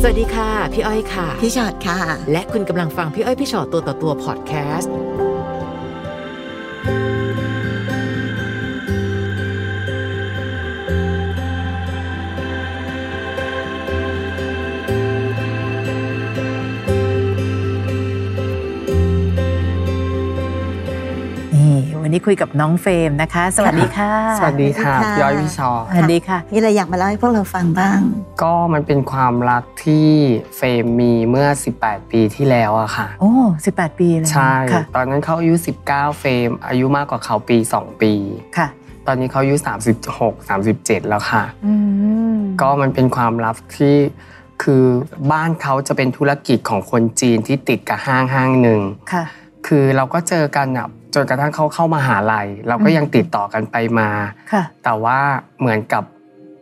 สวัสดีค่ะ พี่อ้อยค่ะ พี่ชอดค่ะ และคุณกำลังฟังพี่อ้อยพี่ชอตตัวต่อตัวพอดแคสต์ นี่วันนี้คุยกับน้องเฟรมนะคะ สวัสดีค่ะ สวัสดีค่ะ สวัสดีค่ะ ย้อยวิชอ สวัสดีค่ะ มีอะไรอยากมาเล่าให้พวกเราฟังบ้าง ก็มันเป็นความรักที่เฟรมมีเมื่อ 18 ปีที่แล้วอะค่ะ โอ้18 ปีเลย ใช่ ค่ะ ตอนนั้นเขาอายุ 19 เฟรม อายุมากกว่าเขาปี 2 ปี ค่ะ ตอนนี้เขาอายุ 36 37 แล้วค่ะ อืม ก็มันเป็นความลับที่คือบ้านเขาจะเป็นธุรกิจของคนจีนที่ติดกับห้างห้างหนึ่ง ค่ะ คือเราก็เจอกันอะจนกระทั่งเขาเข้ามาหาลัย เราก็ยังติดต่อกันไปมา ค่ะ แต่ว่าเหมือนกับ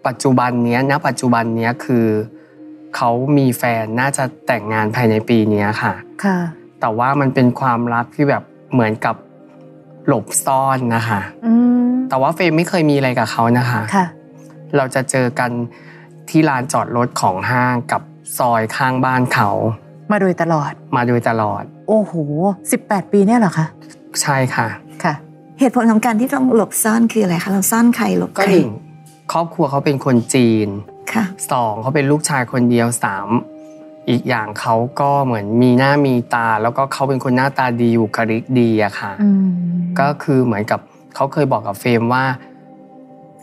ปัจจุบันเนี้ยณปัจจุบันเนี้ยคือเขามีแฟนน่าจะแต่งงานภายในปีเนี้ยค่ะ ค่ะ แต่ว่ามันเป็นความรักที่แบบเหมือนกับหลบซ่อนนะคะ อืม แต่ว่าเฟรมไม่เคยมีอะไรกับเขานะคะ ค่ะ เราจะเจอกันที่ลานจอดรถของห้างกับซอยข้างบ้านเขา มาโดยตลอด มาโดยตลอด โอ้โห 18 ปีเนี่ยเหรอคะ ใช่ค่ะ ค่ะ เหตุผลของการที่ต้องหลบซ่อนคืออะไรคะ เราซ่อนใครหลบ ก็ ใคร หนึ่งครอบครัวเขาเป็นคนจีน ค่ะ สองเขาเป็นลูกชายคนเดียวสามอีกอย่างเขาก็เหมือนมีหน้ามีตา แล้วก็เขาเป็นคนหน้าตาดีบุคลิกดีอะค่ะ อืม ก็คือเหมือนกับเขาเคยบอกกับเฟรมว่า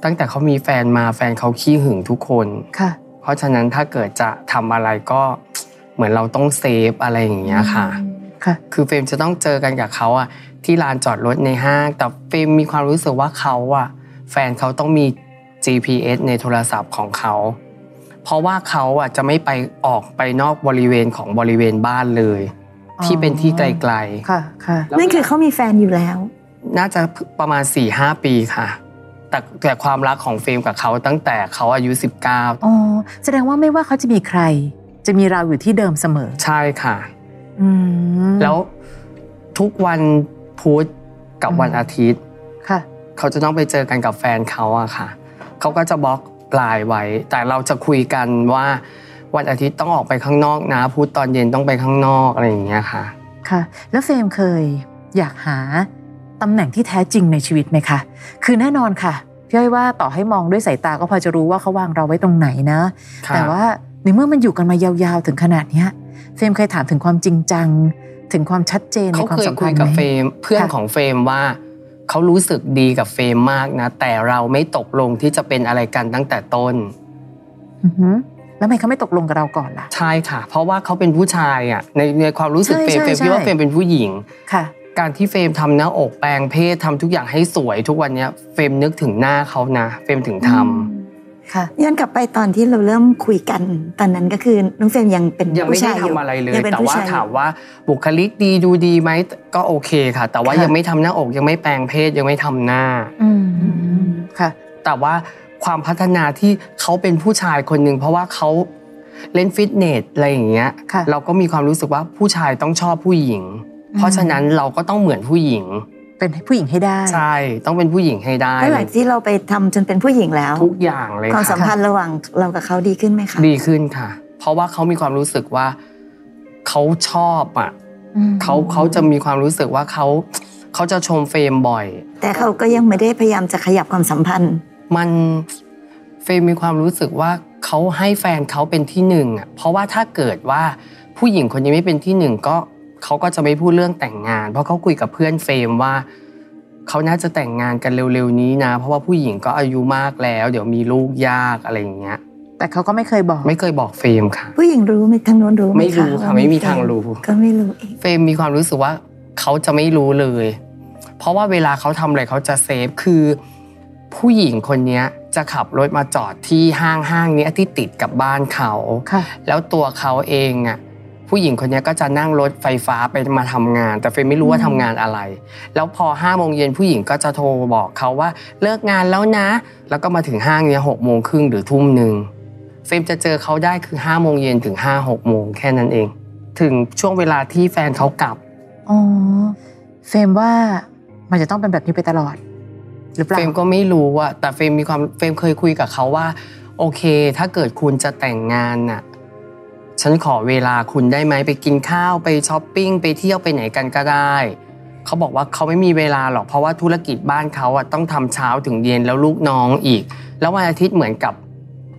ตั้งแต่เขามีแฟนมาแฟนเขาขี้หึงทุกคน ค่ะ เพราะฉะนั้นถ้าเกิดจะทำอะไรก็เหมือนเราต้องเซฟอะไรอย่างเงี้ยค่ะ ค่ะ คือเฟรมจะต้องเจอกันกับเขาอะที่ลานจอดรถในห้าง แต่เฟรมมีความรู้สึกว่าเขาอะแฟนเขาต้องมี GPS ในโทรศัพท์ของเขา เพราะว่าเขาอะจะไม่ไปออกไปนอกบริเวณของบริเวณบ้านเลย อ๋อ ที่เป็นที่ไกล ค่ะ ค่ะ นั่นคือเขามีแฟนอยู่แล้ว ๆ น่าจะประมาณ 4-5 ปีค่ะ แต่แต่ความรักของเฟรมกับเขาตั้งแต่เขาอายุ อ๋อ แสดงว่าไม่ว่าเขาจะมีใคร จะมีเราอยู่ที่เดิมเสมอ 19 ใช่ค่ะ อืม แล้วทุกวันพุธกับ อืม วันอาทิตย์ ค่ะ เขาจะต้องไปเจอกันกับแฟนเขาอะค่ะ เขาก็จะบล็อกไลน์ไว้ แต่เราจะคุยกันว่า วันอาทิตย์ต้องออกไปข้างนอกนะพุธตอนเย็นต้องไปข้างนอกอะไรอย่างเงี้ยค่ะ ค่ะ แล้วเฟรมเคยอยากหาตำแหน่งที่แท้จริงในชีวิตไหมคะ คือแน่นอนค่ะ พี่อ้อยว่าต่อให้มองด้วยสายตาก็พอจะรู้ว่าเขาวางเราไว้ตรงไหนนะ ค่ะ แต่ว่าในเมื่อมันอยู่กันมายาวๆถึงขนาดเนี้ย เฟรมเคยถามถึงความจริงจัง ถึงความชัดเจนใน เขา ความ เคย สัม คุ พัน ย ธ์ กับ ไห เฟ ม รมเพื่อนของเฟรมว่า เขารู้สึกดีกับเฟรมมากนะ แต่เราไม่ตกลงที่จะเป็นอะไรกันตั้งแต่ต้น อือหือแล้วทำไมเขาไม่ตกลงกับเราก่อนล่ะ ใช่ค่ะ เพราะว่าเขาเป็นผู้ชายอะในในความรู้สึก ใช่ เฟรม ใช่ เฟรม ใช่ คิดว่าเฟรมเป็นผู้หญิง ค่ะ การที่เฟรมทำหน้าอกแปลงเพศทำทุกอย่างให้สวย ทุกวันเนี้ยเฟรมนึกถึงหน้าเขานะ เฟรมถึงทำ ค่ะ ย้อนกลับไปตอนที่เราเริ่มคุยกัน ตอนนั้นก็คือน้องเฟรมยังเป็น ยัง ผู้ ไม่ได้ ชายอยู่ ทำอะไรเลย ยังเป็น แต่ ผู้ ว่า ชาย ถามว่าบุคลิกดีดูดีไหมก็โอเคค่ะ แต่ว่า ค่ะ ยังไม่ทำหน้าอกยังไม่แปลงเพศยังไม่ทำหน้า อืมค่ะ แต่ว่าความพัฒนาที่เขาเป็นผู้ชายคนหนึ่งเพราะว่าเขาเล่นฟิตเนสอะไรอย่างเงี้ย ค่ะ เราก็มีความรู้สึกว่าผู้ชายต้องชอบผู้หญิง เพราะฉะนั้นเราก็ต้องเหมือนผู้หญิง เป็นผู้หญิงให้ได้ ใช่ต้องเป็นผู้หญิงให้ได้ แล้วหลังที่เราไปทำจนเป็นผู้หญิงแล้ว ทุกอย่างเลย ความสัม ค่ะ พันธ์ระหว่างเรากับเขาดีขึ้นไหมคะ ดีขึ้นค่ะ เพราะว่าเขามีความรู้สึกว่าเขาชอบอ่ะ อืม เขาเขาจะมีความรู้สึกว่าเขาเขาจะชมเฟรมบ่อย แต่เขาก็ยังไม่ได้พยายามจะขยับความสัมพันธ์ มันเฟรมมีความรู้สึกว่าเขาให้แฟนเขาเป็นที่หนึ่งอ่ะเพราะว่าถ้าเกิดว่าผู้หญิงคนนี้ไม่เป็นที่หนึ่งก็เขาก็จะไม่พูดเรื่องแต่งงาน เพราะเขาคุยกับเพื่อนเฟรมว่าเขาน่าจะแต่งงานกันเร็วๆนี้นะ เพราะว่าผู้หญิงก็อายุมากแล้ว เดี๋ยวมีลูกยากอะไรอย่างเงี้ย แต่เขาก็ไม่เคยบอก ไม่เคยบอกเฟรมค่ะ ผู้หญิงรู้ไหมทางโน้นรู้ไหมคะ ไม่รู้ค่ะ ว่า ไม่มี แฟน ทางรู้ ก็ไม่รู้เอง เฟรมมีความรู้สึกว่าเขาจะไม่รู้เลย เพราะว่าเวลาเขาทำอะไรเขาจะเซฟคือ ผู้หญิงคนเนี้ยจะขับรถมาจอดที่ห้างห้างเนี้ยที่ติดกับบ้านเขา ค่ะ แล้วตัวเขาเองอ่ะผู้หญิงคนเนี้ยก็จะนั่งรถไฟฟ้าไปมาทำงาน แต่เฟรมไม่รู้ว่าทำงานอะไร แล้วพอห้าโมงเย็นผู้หญิงก็จะโทรบอกเขาว่าเลิกงานแล้วนะ แล้วก็มาถึงห้างเนี้ยหกโมงครึ่งหรือทุ่มหนึ่งเฟรมจะเจอเขาได้คือห้าโมงเย็นถึงห้าหกโมงแค่นั้นเอง ถึงช่วงเวลาที่แฟนเขากลับ อ๋อ เฟรมว่ามันจะต้องเป็นแบบนี้ไปตลอด หรือเป เฟ ล่า รมก็ไม่รู้อะแต่เฟรมมีความเฟรมเคยคุยกับเขาว่า โอเค ถ้าเกิดคุณจะแต่งงานน่ะ ฉันขอเวลาคุณได้ไหมไปกินข้าวไปช้อปปิ้งไปเที่ยวไปไหนกันก็ได้ เขาบอกว่าเขาไม่มีเวลาหรอกเพราะว่าธุรกิจบ้านเขาอะต้องทำเช้าถึงเย็นแล้วลูกน้องอีก แล้ววันอาทิตย์เหมือนกับ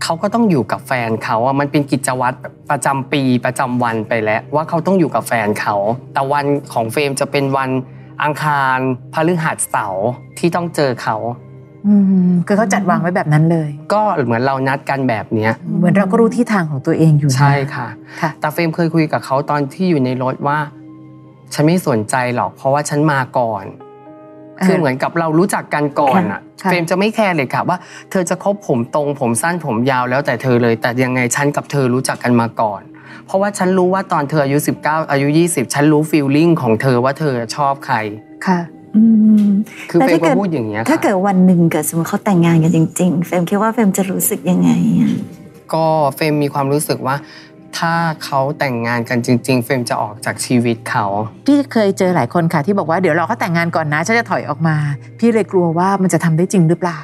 เขาก็ต้องอยู่กับแฟนเขาอะมันเป็นกิจวัตรแบบประจำปีประจำวันไปแล้วว่าเขาต้องอยู่กับแฟนเขาแต่วันของเฟรมจะเป็นวันอังคารพฤหัสเสาร์ที่ต้องเจอเขา อืมคือเขาจัดวางไว้แบบนั้นเลย ก็เหมือนเรานัดกันแบบเนี้ย เหมือนเราก็รู้ที่ทางของตัวเองอยู่นะ ใช่ค่ะ ค่ะ แต่เฟรมเคยคุยกับเขาตอนที่อยู่ในรถว่า ฉันไม่สนใจหรอกเพราะว่าฉันมาก่อน อ่า คือเหมือนกับเรารู้จักกันก่อนอะ ค่ะ เฟรมจะไม่แคร์เลยค่ะว่า เธอจะคบผมตรงผมสั้นผมยาวแล้วแต่เธอเลย แต่ยังไงฉันกับเธอรู้จักกันมาก่อน เพราะว่าฉันรู้ว่าตอนเธออายุ 19 อายุ 20 ฉันรู้ฟีลลิ่งของเธอว่าเธอชอบใคร ค่ะ อืม คือ แล้ว เฟรม ถ้าเกิ ก็ ด พูดอย่างเงี้ย ถ้า ค่ะ เกิดวันหนึ่งเกิดสมมติเขาแต่งงานกันจริง ๆ เฟรมคิดว่าเฟรมจะรู้สึกยังไงอะ ก็เฟรมมีความรู้สึกว่า ถ้าเขาแต่งงานกันจริง ๆ เฟรมจะออกจากชีวิตเขา พี่เคยเจอหลายคนค่ะที่บอกว่าเดี๋ยวรอเขาแต่งงานก่อนนะฉันจะถอยออกมา พี่เลยกลัวว่ามันจะทำได้จริงหรือเปล่า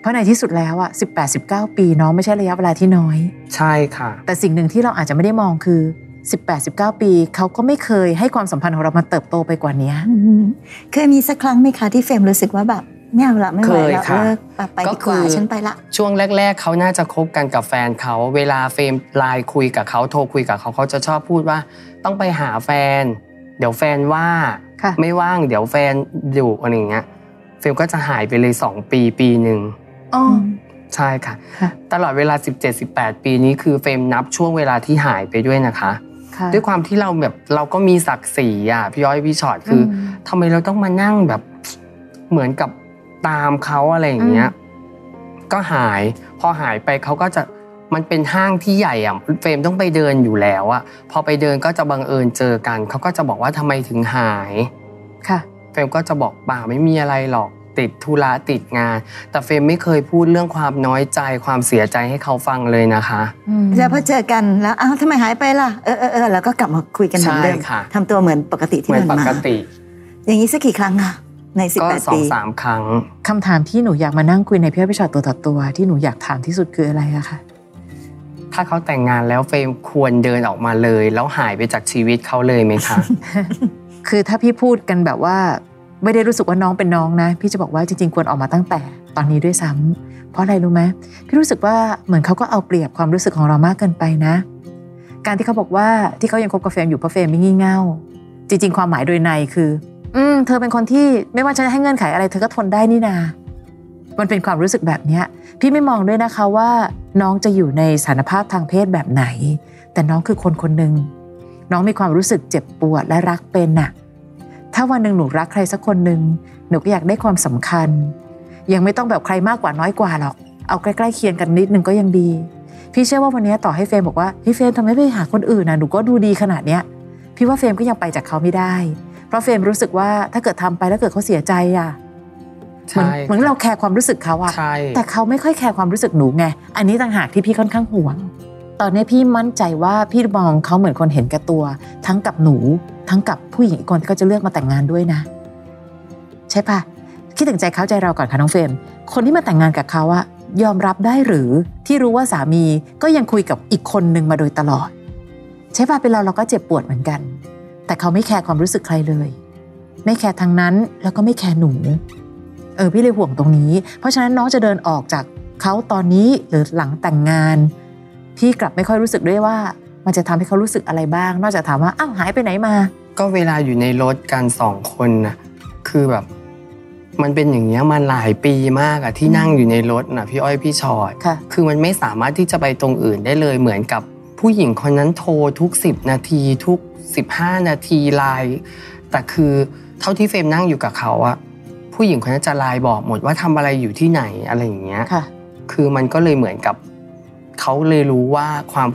เพราะในที่สุดแล้วอ่ะ18 19 ปีน้องไม่ใช่ระยะเวลาที่น้อย ใช่ค่ะ แต่สิ่งหนึ่งที่เราอาจจะไม่ได้มองคือ 18 19 ปี เขาก็ไม่เคยให้ความสัมพันธ์ของเรามันเติบโตไปกว่านี้ อืมเคยมีสักครั้งไหมคะที่เฟรมรู้สึกว่าแบบไม่เอาละไม่ไหว เคย ละ ค่ะ เลิกแบบไป ก็ ดี คื กว่า อ ฉันไปละ ช่วงแรก ๆ เขาน่าจะคบกันกับแฟนเขา เวลาเฟรมไลน์คุยกับเขาโทรคุยกับเขาเขาจะชอบพูดว่า ต้องไปหาแฟน เดี๋ยวแฟนว่า ค่ะ ไม่ว่างเดี๋ยวแฟนอยู่อะไรอย่างเงี้ยเฟรมก็จะหายไปเลย 2 ปีปีหนึ่ง อ๋อ ใช่ค่ะ ค่ะ ตลอดเวลา 17-18 ปีนี้คือเฟรมนับช่วงเวลาที่หายไปด้วยนะคะ ค่ะ ด้วยความที่เราแบบเราก็มีศักดิ์ศรีอ่ะพี่ย้อยพี่ชอตคืออทำไมเราต้องมานั่งแบบเหมือนกับตามเขาอะไรอย่างเงี้ยก็หาย พอหายไปเขาก็จะมันเป็นห้างที่ใหญ่อ่ะเฟรมต้องไปเดินอยู่แล้วอ่ะพอไปเดินก็จะบังเอิญเจอกันเขาก็จะบอกว่าทำไมถึงหาย ค่ะ เฟรมก็จะบอกป่าไม่มีอะไรหรอกติดธุระติดงาน แต่เฟรมไม่เคยพูดเรื่องความน้อยใจความเสียใจให้เขาฟังเลยนะคะ แล้วพอเจอกันแล้วอ้าวทำไมหายไปล่ะเออเออเออแล้วก็กลับมาคุยกันเหมือนเดิม ใช่ค่ะ ทำตัวเหมือนปกติที่ เหมือน ผ่าน ป มาก ติ อย่างนี้สักกี่ครั้งอะใน ก็18สอ ปี งสามครั้ง คำถามที่หนูอยากมานั่งคุยในพี่อ้อยพี่ชอตตัวต่อตัวที่หนูอยากถามที่สุดคืออะไรอะคะ ถ้าเขาแต่งงานแล้วเฟรมควรเดินออกมาเลย แล้วหายไปจากชีวิตเขาเลยไหมคะ คือถ้าพี่พูดกันแบบว่า ไม่ได้รู้สึกว่าน้องเป็นน้องนะ พี่จะบอกว่าจริงๆควรออกมาตั้งแต่ตอนนี้ด้วยซ้ำเพราะอะไรรู้ไหมพี่รู้สึกว่าเหมือนเขาก็เอาเปรียบความรู้สึกของเรามากเกินไปนะ การที่เขาบอกว่าที่เขายังคบกับเฟรมอยู่เพราะเฟรมไม่งี่เง่า จริง ๆ ความหมายโดยในคือ อืมเธอเป็นคนที่ไม่ว่าฉันจะให้เงื่อนไขอะไร เธอก็ทนได้นี่นา มันเป็นความรู้สึกแบบเนี้ย พี่ไม่มองด้วยนะคะว่า น้องจะอยู่ในสถานภาพทางเพศแบบไหน แต่น้องคือคนคนหนึ่งน้องมีความรู้สึกเจ็บปวดและรักเป็นน่ะ ถ้าวันหนึ่งหนูรักใครสักคนหนึ่งหนูก็อยากได้ความสำคัญ ยังไม่ต้องแบบใครมากกว่าน้อยกว่าหรอก เอาใกล้ๆเคียงกันนิดนึงก็ยังดี พี่เชื่อว่าวันนี้ต่อให้เฟรมบอกว่าพี่เฟรมทำไมไม่ไปหาคนอื่นนะหนูก็ดูดีขนาดเนี้ย พี่ว่าเฟรมก็ยังไปจากเขาไม่ได้ เพราะเฟรมรู้สึกว่าถ้าเกิดทำไปแล้วเกิดเขาเสียใจอ่ะเหมือน ใช่ เหมือนเราแคร์ความรู้สึกเขาอ่ะ ใช่ แต่เขาไม่ค่อยแคร์ความรู้สึกหนูไง อันนี้ต่างหากที่พี่ค่อนข้างห่วง ตอนนี้พี่มั่นใจว่าพี่มองเขาเหมือนคนเห็นแก่ตัว ทั้งกับหนู ทั้งกับผู้หญิงอีกคนที่เขาจะเลือกมาแต่งงานด้วยนะ ใช่ปะคิดถึงใจเขาใจเราก่อนค่ะน้องเฟรมคนที่มาแต่งงานกับเขาอะยอมรับได้หรือที่รู้ว่าสามีก็ยังคุยกับอีกคนนึงมาโดยตลอด ใช่ปะเป็นเราเราก็เจ็บปวดเหมือนกัน แต่เขาไม่แคร์ความรู้สึกใครเลย ไม่แคร์ทางนั้นแล้วก็ไม่แคร์หนู เออพี่เลยห่วงตรงนี้ เพราะฉะนั้นน้องจะเดินออกจากเขาตอนนี้หรือหลังแต่งงาน พี่กลับไม่ค่อยรู้สึกด้วยว่า มันจะทำให้เขารู้สึกอะไรบ้าง นอกจากถามว่าอ้าวหายไปไหนมา ก็เวลาอยู่ในรถกันสองคนนะคือแบบ มันเป็นอย่างเงี้ยมาหลายปีมากอะที่นั่งอยู่ในรถนะพี่อ้อยพี่ชอต ค่ะ คือมันไม่สามารถที่จะไปตรงอื่นได้เลยเหมือนกับผู้หญิงคนนั้นโทรทุก 10 นาทีทุก 15 นาทีไลน์แต่คือเท่าที่เฟรมนั่งอยู่กับเขาอะผู้หญิงคนนั้นจะไลน์บอกหมดว่าทำอะไรอยู่ที่ไหนอะไรอย่างเงี้ย ค่ะ คือมันก็เลยเหมือนกับเขาเลยรู้ว่าความ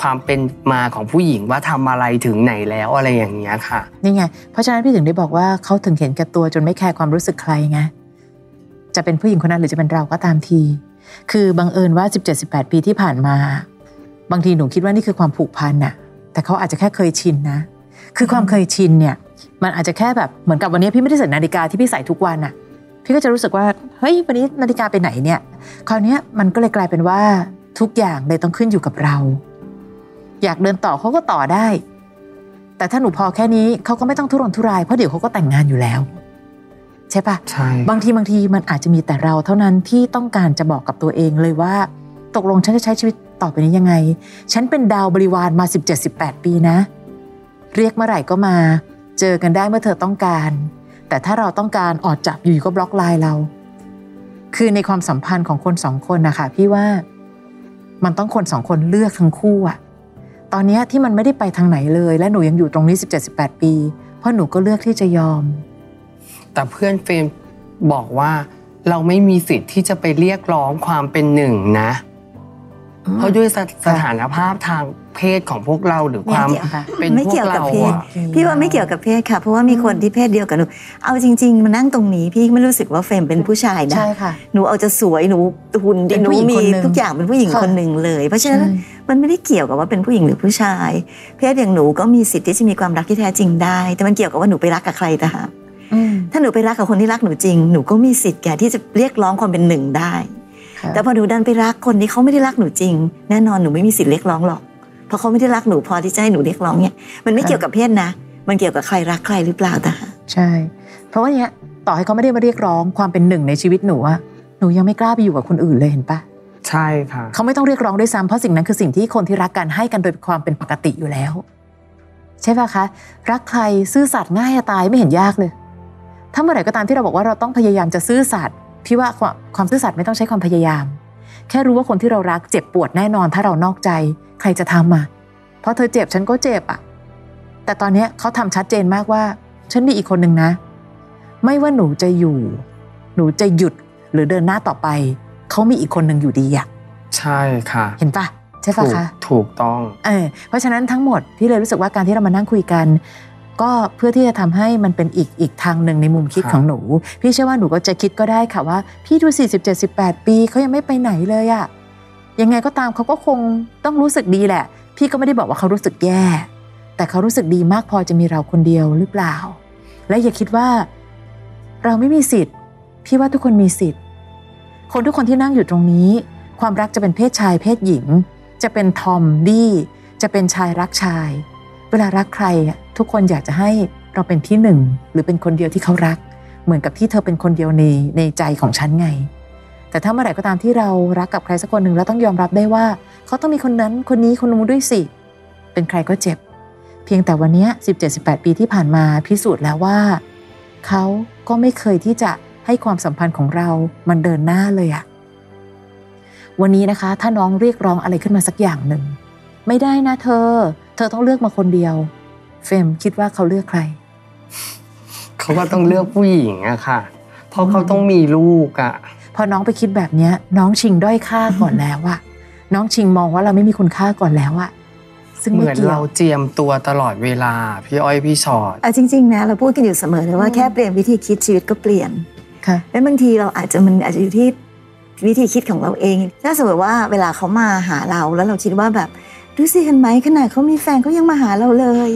ความเป็นมาของผู้หญิงว่าทำอะไรถึงไหนแล้วอะไรอย่างเงี้ยค่ะ นี่ไง เพราะฉะนั้นพี่ถึงได้บอกว่าเขาถึงเห็นแก่ตัวจนไม่แคร์ความรู้สึกใครไง จะเป็นผู้หญิงคนนั้นหรือจะเป็นเราก็ตามที คือบังเอิญว่า 17-18 ปีที่ผ่านมา บางทีหนูคิดว่านี่คือความผูกพันน่ะ แต่เขาอาจจะแค่เคยชินนะ คือความเคยชินเนี่ย มันอาจจะแค่แบบเหมือนกับวันนี้พี่ไม่ได้ใส่นาฬิกาที่พี่ใส่ทุกวันน่ะ พี่ก็จะรู้สึกว่า เฮ้ย วันนี้นาฬิกาไปไหนเนี่ย คราวเนี้ยมันก็เลยกลายเป็นว่าทุกอย่างเลยต้องขึ้นอยู่กับเรา อยากเดินต่อเขาก็ต่อได้ แต่ถ้าหนูพอแค่นี้เขาก็ไม่ต้องทุรนทุรายเพราะเดี๋ยวเขาก็แต่งงานอยู่แล้ว ใช่ปะ ใช่ บางทีบางทีมันอาจจะมีแต่เราเท่านั้นที่ต้องการจะบอกกับตัวเองเลยว่า ตกลงฉันจะใช้ชีวิตต่อไปนี้ยังไง ฉันเป็นดาวบริวารมา 17-18 ปีนะ เรียกเมื่อไหร่ก็มา เจอกันได้เมื่อเธอต้องการ แต่ถ้าเราต้องการออดจับอยู่ๆก็บล็อกไลน์เรา คือในความสัมพันธ์ของคนสองคนนะคะพี่ว่ามันต้องคนสองคนเลือกทั้งคู่อะตอนเนี้ยที่มันไม่ได้ไปทางไหนเลย และหนูยังอยู่ตรงนี้ 17-18 ปี เพราะหนูก็เลือกที่จะยอม แต่เพื่อนเฟรมบอกว่าเราไม่มีสิทธิ์ที่จะไปเรียกร้องความเป็นหนึ่งนะ เพราะด้วยสถสถานภาพทางเพศของพวกเราหรือความ ไม่เกี่ยวค่ะ เป็น ไม่เกี่ยวกับ พ เพ วกศเราอะ พี่ว่าไม่เกี่ยวกับเพศค่ะ เพราะว่ามีคนที่เพศเดียวกับหนู เอาจริง ๆ มานั่งตรงนี้พี่ไม่รู้สึกว่าเฟรมเป็นผู้ชายนะ ใช่ค่ะ หนูเอาจะสวยหนูหุ่นดี เป็น หนู ผู้หญิง มี คนหนึ่ง ทุกอย่างเป็นผู้หญิง ค่ะ คนหนึ่งเลย เพราะฉะนั้น ใช่ มันไม่ได้เกี่ยวกับว่าเป็นผู้หญิงหรือผู้ชาย เพศอย่างหนูก็มีสิทธิ์ที่จะมีความรักที่แท้จริงได้ แต่มันเกี่ยวกับว่าหนูไปรักกับใครต่างหาก อืม ถ้าหนูไปรักกับคนที่รักหนูจริง หนูก็มีสิทธิ์แก่ที่จะเรียกร้องความเป็นหนึ่งได้ ค่ะ แต่พอหนูดันไปรักคนที่เขาไม่ได้รักหนูจริง แน่นอนหนูไม่มีสิทธิ์เรียกร้องหรอก เพราะเขาไม่ได้รักหนูพอที่จะให้หนูเรียกร้องเนี่ย มันไม่เกี่ยวกับเพศนะ มันเกี่ยวกับใครรักใครหรือเปล่าต่างหาก ใช่ เพราะว่าเนี้ยต่อให้เขาไม่ได้มาเรียกร้องความเป็นหนึ่งในชีวิตหนูอะหนูยังไม่กล้าไปอยู่กับคนอื่นเลยเห็นปะ ใช่ค่ะ เขาไม่ต้องเรียกร้องด้วยซ้ำเพราะสิ่งนั้นคือสิ่งที่คนที่รักกันให้กันโดยความเป็นปกติอยู่แล้ว ใช่ปะคะ รักใครซื่อสัตย์ง่ายจะตายไม่เห็นยากเลย ถ้าเมื่อไหร่ก็ตามที่เราบอกว่าเราต้องพยายามจะซื่อสัตย์พี่ว่าความความซื่อสัตย์ไม่ต้องใช้ความพยายาม แค่รู้ว่าคนที่เรารักเจ็บปวดแน่นอน ถ้าเรานอกใจ ใครจะทำอ่ะเพราะเธอเจ็บฉันก็เจ็บอ่ะ แต่ตอนเนี้ยเขาทำชัดเจนมากว่า ฉันมีอีกคนหนึ่งนะ ไม่ว่าหนูจะอยู่ หนูจะหยุดหรือเดินหน้าต่อไป เขามีอีกคนหนึ่งอยู่ดีอ่ะ ใช่ค่ะ เห็นปะใช่ปะ ถูก คะ ถูกต้อง เออเพราะฉะนั้นทั้งหมดพี่เลยรู้สึกว่าการที่เรามานั่งคุยกัน ก็เพื่อที่จะทำให้มันเป็นอีกอีกทางหนึ่งในมุมคิด ครับ ของหนู พี่เชื่อว่าหนูก็จะคิดก็ได้ค่ะว่า พี่ดู 47 18 ปีเขายังไม่ไปไหนเลยอะยังไงก็ตามเขาก็คงต้องรู้สึกดีแหละ พี่ก็ไม่ได้บอกว่าเขารู้สึกแย่ แต่เขารู้สึกดีมากพอจะมีเราคนเดียวหรือเปล่า และอย่าคิดว่า เราไม่มีสิทธิ์ พี่ว่าทุกคนมีสิทธิ์ คนทุกคนที่นั่งอยู่ตรงนี้ ความรักจะเป็นเพศชายเพศหญิง จะเป็นทอมดี้จะเป็นชายรักชาย เวลารักใครอะทุกคนอยากจะให้เราเป็นที่หนึ่งหรือเป็นคนเดียวที่เขารัก เหมือนกับที่เธอเป็นคนเดียวในในใจของฉันไง แต่ถ้าเมื่อไหร่ก็ตามที่เรารักกับใครสักคนหนึ่งแล้วต้องยอมรับได้ว่า เขาต้องมีคนนั้นคนนี้คนนู้นด้วยสิ เป็นใครก็เจ็บ เพียงแต่วันเนี้ย17-18 ปีที่ผ่านมาพิสูจน์แล้วว่า เขาก็ไม่เคยที่จะให้ความสัมพันธ์ของเรามันเดินหน้าเลยอะวันนี้นะคะ ถ้าน้องเรียกร้องอะไรขึ้นมาสักอย่างหนึ่ง ไม่ได้นะเธอ เธอต้องเลือกมาคนเดียว เฟรมคิดว่าเขาเลือกใคร เขาก็ต้องเลือกผู้หญิงอะค่ะ เพราะเขาต้องมีลูกอะ พอน้องไปคิดแบบเนี้ย น้องชิงด้อยค่าก่อนแล้วอะน้องชิงมองว่าเราไม่มีคุณค่าก่อนแล้วอะซึ่ง เห ไม่ มือน เกี่ย เรา ว เจียมตัวตลอดเวลา พี่อ้อยพี่ชอด เอาจริง ๆ นะ เราพูดกันอยู่เสมอเลยว่า อืม แค่เปลี่ยนวิธีคิดชีวิตก็เปลี่ยน ค่ะ แล้วบางทีเราอาจจะมันอาจจะอยู่ที่วิธีคิดของเราเอง ถ้าสมมติว่าเวลาเขามาหาเราแล้วเราคิดว่าแบบดูสิเห็นไหมขนาดเขามีแฟนเขายังมาหาเราเลย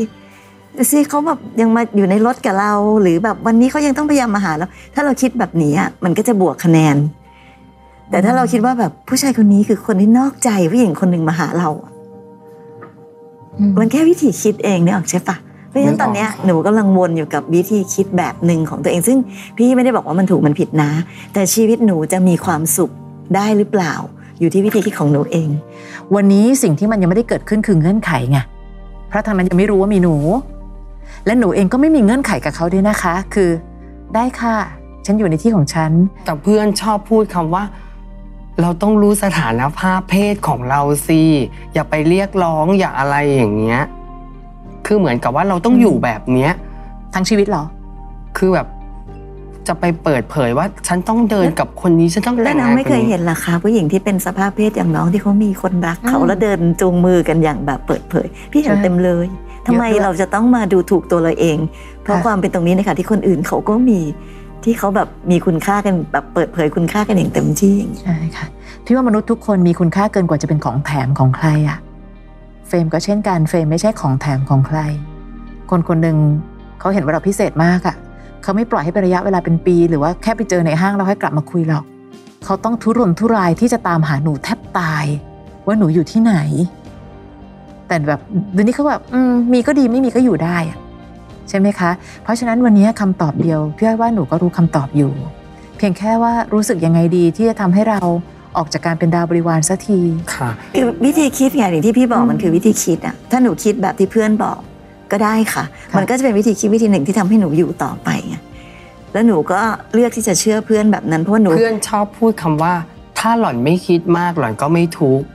ดูสิเขาแบบยังมาอยู่ในรถกับเรา หรือแบบวันนี้เขายังต้องพยายามมาหาเรา ถ้าเราคิดแบบนี้อะมันก็จะบวกคะแนน แต่ถ้าเราคิดว่าแบบผู้ชายคนนี้คือคนที่นอกใจผู้หญิงคนหนึ่งมาหาเราอะมันแค่วิธีคิดเองเนี่ยออกใช่ปะเพราะฉะนั้นตอนเนี้ยหนูกำลังวนอยู่กับวิธีคิดแบบหนึ่งของตัวเองซึ่ง พี่ไม่ได้บอกว่ามันถูกมันผิดนะ แต่ชีวิตหนูจะมีความสุขได้หรือเปล่า อยู่ที่วิธีคิดของหนูเอง วันนี้สิ่งที่มันยังไม่ได้เกิดขึ้นคือเงื่อนไขไง เพราะทางนั้นยังไม่รู้ว่ามีหนู และหนูเองก็ไม่มีเงื่อนไขกับเขาด้วยนะคะ คือ ได้ค่ะ ฉันอยู่ในที่ของฉัน แต่เพื่อนชอบพูดคำว่า เราต้องรู้สถานภาพเพศของเราสิอย่าไปเรียกร้องอย่าอะไรอย่างเงี้ยคือเหมือนกับว่าเราต้องอยู่แบบเนี้ย ทั้งชีวิตเหรอ คือแบบจะไปเปิดเผยว่า ฉันต้องเดินกับคนนี้ฉันต้อง แล้ แต่ ว ง น้อง งาน ไม่เคยเห็นเหรอคะผู้หญิงที่เป็นสภาพเพศอย่างน้องที่เขามีคนรักเขา อืม แล้วเดินจูงมือกันอย่างแบบเปิดเผย พี่เห็น ใช่ เต็มเลยทำไม เยอะด้วย เราจะต้องมาดูถูกตัวเราเอง เพราะ ค่ะ ความเป็นตรงนี้นะคะที่คนอื่นเขาก็มีที่เขาแบบมีคุณค่ากันแบบเปิดเผยคุณค่ากันอย่างเต็มที่อย่างเงี้ย ใช่ค่ะพี่ว่ามนุษย์ทุกคนมีคุณค่าเกินกว่าจะเป็นของแถมของใครอะเฟรมก็เช่นกันเฟรมไม่ใช่ของแถมของใคร คนคนหนึ่งเขาเห็นว่าเราพิเศษมากอะเขาไม่ปล่อยให้เป็นระยะเวลาเป็นปี หรือว่าแค่ไปเจอในห้างแล้วให้กลับมาคุยหรอกเขาต้องทุรนทุรายที่จะตามหาหนูแทบตาย ว่าหนูอยู่ที่ไหน แต่ แต่แบบเดี๋ยวนี้เขาแบบอืมมีก็ดีไม่มีก็อยู่ได้อะใช่ไหมคะ เพราะฉะนั้นวันนี้คำตอบเดียวพี่อ้อยว่าหนูก็รู้คำตอบอยู่ เพียงแค่ว่ารู้สึกยังไงดีที่จะทำให้เราออกจากการเป็นดาวบริวารสักที ค่ะ คือวิธีคิดไงอย่างที่พี่บอ อื ก ม มันคือวิธีคิดอ่ะถ้าหนูคิดแบบที่เพื่อนบอกก็ได้ค่ะ ค่ะ มันก็จะเป็นวิธีคิดวิธีหนึ่งที่ทำให้หนูอยู่ต่อไปไงแล้วหนูก็เลือกที่จะเชื่อเพื่อนแบบนั้นเพราะว่าหนู เพื่อนชอบพูดคำว่า ถ้าหล่อนไม่คิดมากหล่อนก็ไม่ทุก ข์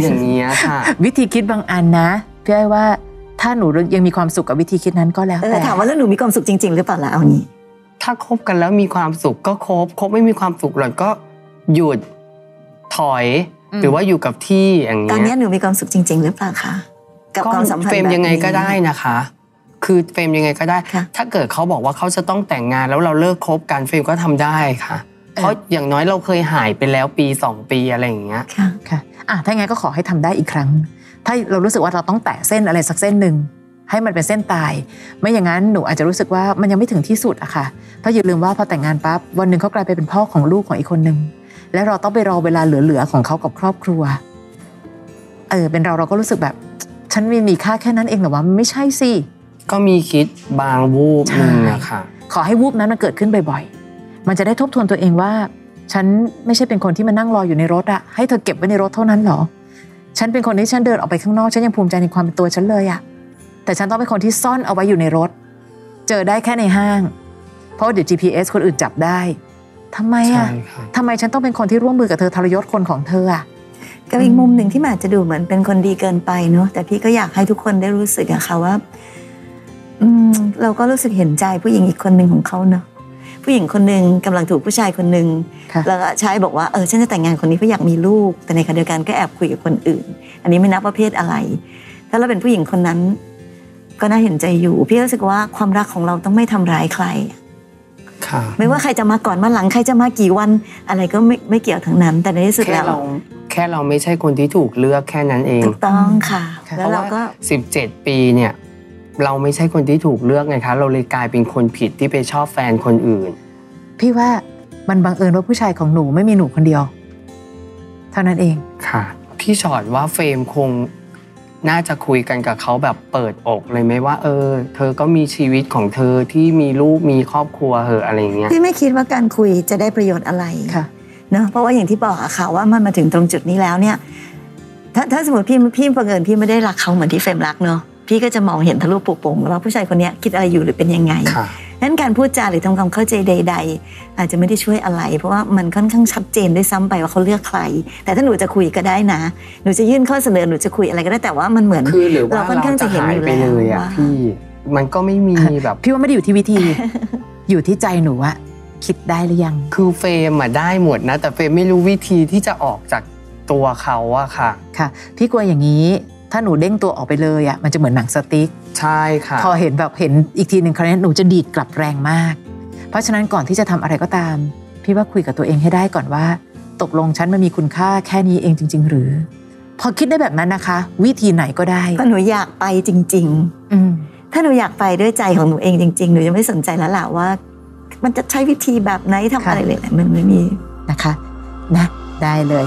อย่างเงี้ยค่ะ วิธีคิดบางอันนะพี่อ้อยว่าถ้าหนูยังมีความสุขกับวิธีคิดนั้นก็แล้ว เออ แต่ ถามว่าแล้วหนูมีความสุขจริง ๆ หรือเปล่าล่ะเอางี้ ถ้าคบกันแล้วมีความสุขก็คบคบไม่มีความสุขหล่อนก็หยุดถอย อืม หรือว่าอยู่กับที่อย่าง ตอน เงี้ย เนี้ยหนูมีความสุขจริง ๆ หรือเปล่าคะกับความสัมพันธ์ เฟรม แบบนี้ ยังไงก็ได้นะคะ คือเฟรมยังไงก็ได้ ค่ะ ถ้าเกิดเขาบอกว่าเขาจะต้องแต่งงานแล้วเราเลิกคบกันเฟรมก็ทำได้ค่ะ เพราะอย่างน้อยเราเคยหายไปแล้วปีสองปีอะไรอย่างเงี้ย ค่ะ ค่ะอ่ะถ้างั้นก็ขอให้ทำได้อีกครั้ง ถ้าเรารู้สึกว่าเราต้องแตะเส้นอะไรสักเส้นหนึ่งให้มันเป็นเส้นตาย ไม่อย่างนั้นหนูอาจจะรู้สึกว่ามันยังไม่ถึงที่สุดอะค่ะ เพราะอย่าลืมว่าพอแต่งงานปั๊บวันหนึ่งเขากลายไปเป็นพ่อของลูกของอีกคนหนึ่งและเราต้องไปรอเวลาเหลือๆของเขากับครอบครัว เออเป็นเราเราก็รู้สึกแบบ ฉันมีมีค่าแค่นั้นเองเหรอวะมันไม่ใช่สิ ก็มีคิดบางวูบ ใช่ หนึงนะคะ ขอให้วูบนั้นมันเกิดขึ้นบ่อยๆ มันจะได้ทบทวนตัวเองว่า ฉันไม่ใช่เป็นคนที่มานั่งรออยู่ในรถอะให้เธอเก็บไว้ในรถเท่านั้นเหรอ ฉันเป็นคนที่ฉันเดินออกไปข้างนอกฉันยังภูมิใจในความเป็นตัวฉันเลยอะแต่ฉันต้องเป็นคนที่ซ่อนเอาไว้อยู่ในรถ เจอได้แค่ในห้าง เพราะเดี๋ยว GPS คนอื่นจับได้ทำไม ใช่ อะ ค่ะ ทำไมฉันต้องเป็นคนที่ร่วมมือกับเธอทรยศคนของเธออะ กับอีกมุมหนึ่งที่มันอาจจะดูเหมือนเป็นคนดีเกินไปเนอะแต่พี่ก็อยากให้ทุกคนได้รู้สึกอะค่ะว่า อืม เราก็รู้สึกเห็นใจผู้หญิงอีกคนหนึ่งของเขาเนอะผู้หญิงคนหนึ่งกำลังถูกผู้ชายคนหนึ่ง ค่ะ แล้วก็ชายบอกว่าเออฉันจะแต่งงานคนนี้เพราะอยากมีลูก แต่ในขณะเดียวกันก็แอบคุยกับคนอื่น อันนี้ไม่นับประเภทอะไร ถ้าเราเป็นผู้หญิงคนนั้น ก็น่าเห็นใจอยู่ พี่รู้สึกว่าความรักของเราต้องไม่ทำร้ายใคร ค่ะ ไม่ว่าใครจะมาก่อนมาหลังใครจะมากี่วัน อะไรก็ไม่ไม่เกี่ยวทั้งนั้น แต่ในที่สุด แค่ แล้ว เราแค่เราไม่ใช่คนที่ถูกเลือกแค่นั้นเอง ถูกต้องค่ะ ค่ะ แล้วเราก็ 17 ปีเนี่ย เราไม่ใช่คนที่ถูกเลือกไงคะ เราเลยกลายเป็นคนผิดที่ไปชอบแฟนคนอื่น พี่ว่ามันบังเอิญว่าผู้ชายของหนูไม่มีหนูคนเดียว เท่านั้นเอง ค่ะพี่ชอดว่าเฟรมคงน่าจะคุยกันกับเขาแบบเปิดอกเลยไหมว่า เออ เธอก็มีชีวิตของเธอที่มีลูกมีครอบครัวเหอะอะไรอย่างเงี้ย พี่ไม่คิดว่าการคุยจะได้ประโยชน์อะไร ค่ะ เนอะเพราะว่าอย่างที่บอกอะค่ะว่ามันมาถึงตรงจุดนี้แล้วเนี่ย ถ้าถ้าสมมติพี่พี่ประเงินพี่ไม่ได้รักเขาเหมือนที่เฟรมรักเนอะพี่ก็จะมองเห็นทะลุปลุกโป่งแล้วว่าผู้ชายคนเนี้ยคิดอะไรอยู่หรือเป็นยังไง ค่ะ นั้นการพูดจาหรือทำความเข้าใจใด ๆ อาจจะไม่ได้ช่วยอะไร เพราะว่ามันค่อนข้างชัดเจนด้วยซ้ำไปว่าเขาเลือกใคร แต่ถ้าหนูจะคุยก็ได้นะ หนูจะยื่นข้อเสนอหนูจะคุยอะไรก็ได้แต่ว่ามันเหมือน คือหรือว่า เราค่อน เรา ข้าง จะ จะเห็น หาย อยู่ ไป แล้ว เลยอ่ะ ว่า พี่มันก็ไม่มีแบบ พี่ว่าไม่ได้อยู่ที่วิธี อยู่ที่ใจหนูอะคิดได้หรือยัง คือเฟรมอะได้หมดนะ แต่เฟรมไม่รู้วิธีที่จะออกจากตัวเขาอะค่ะ ค่ะพี่กลัวอย่างนี้ ถ้าหนูเด้งตัวออกไปเลยอ่ะมันจะเหมือนหนังสติ๊ก ใช่ค่ะ พอเห็นแบบเห็นอีกทีหนึ่งคราวนี้หนูจะดีดกลับแรงมาก เพราะฉะนั้นก่อนที่จะทำอะไรก็ตาม พี่ว่าคุยกับตัวเองให้ได้ก่อนว่า ตกลงฉันมันมีคุณค่าแค่นี้เองจริง ๆ หรือ พอคิดได้แบบนั้นนะคะ วิธีไหนก็ได้ ว่าหนูอยากไปจริง ๆ อืม ถ้าหนูอยากไปด้วยใจของหนูเองจริงๆ หนูจะไม่สนใจแล้วล่ะว่า มันจะใช้วิธีแบบไหนทำอะไรเลยแหละมันไม่มี นะคะนะได้เลย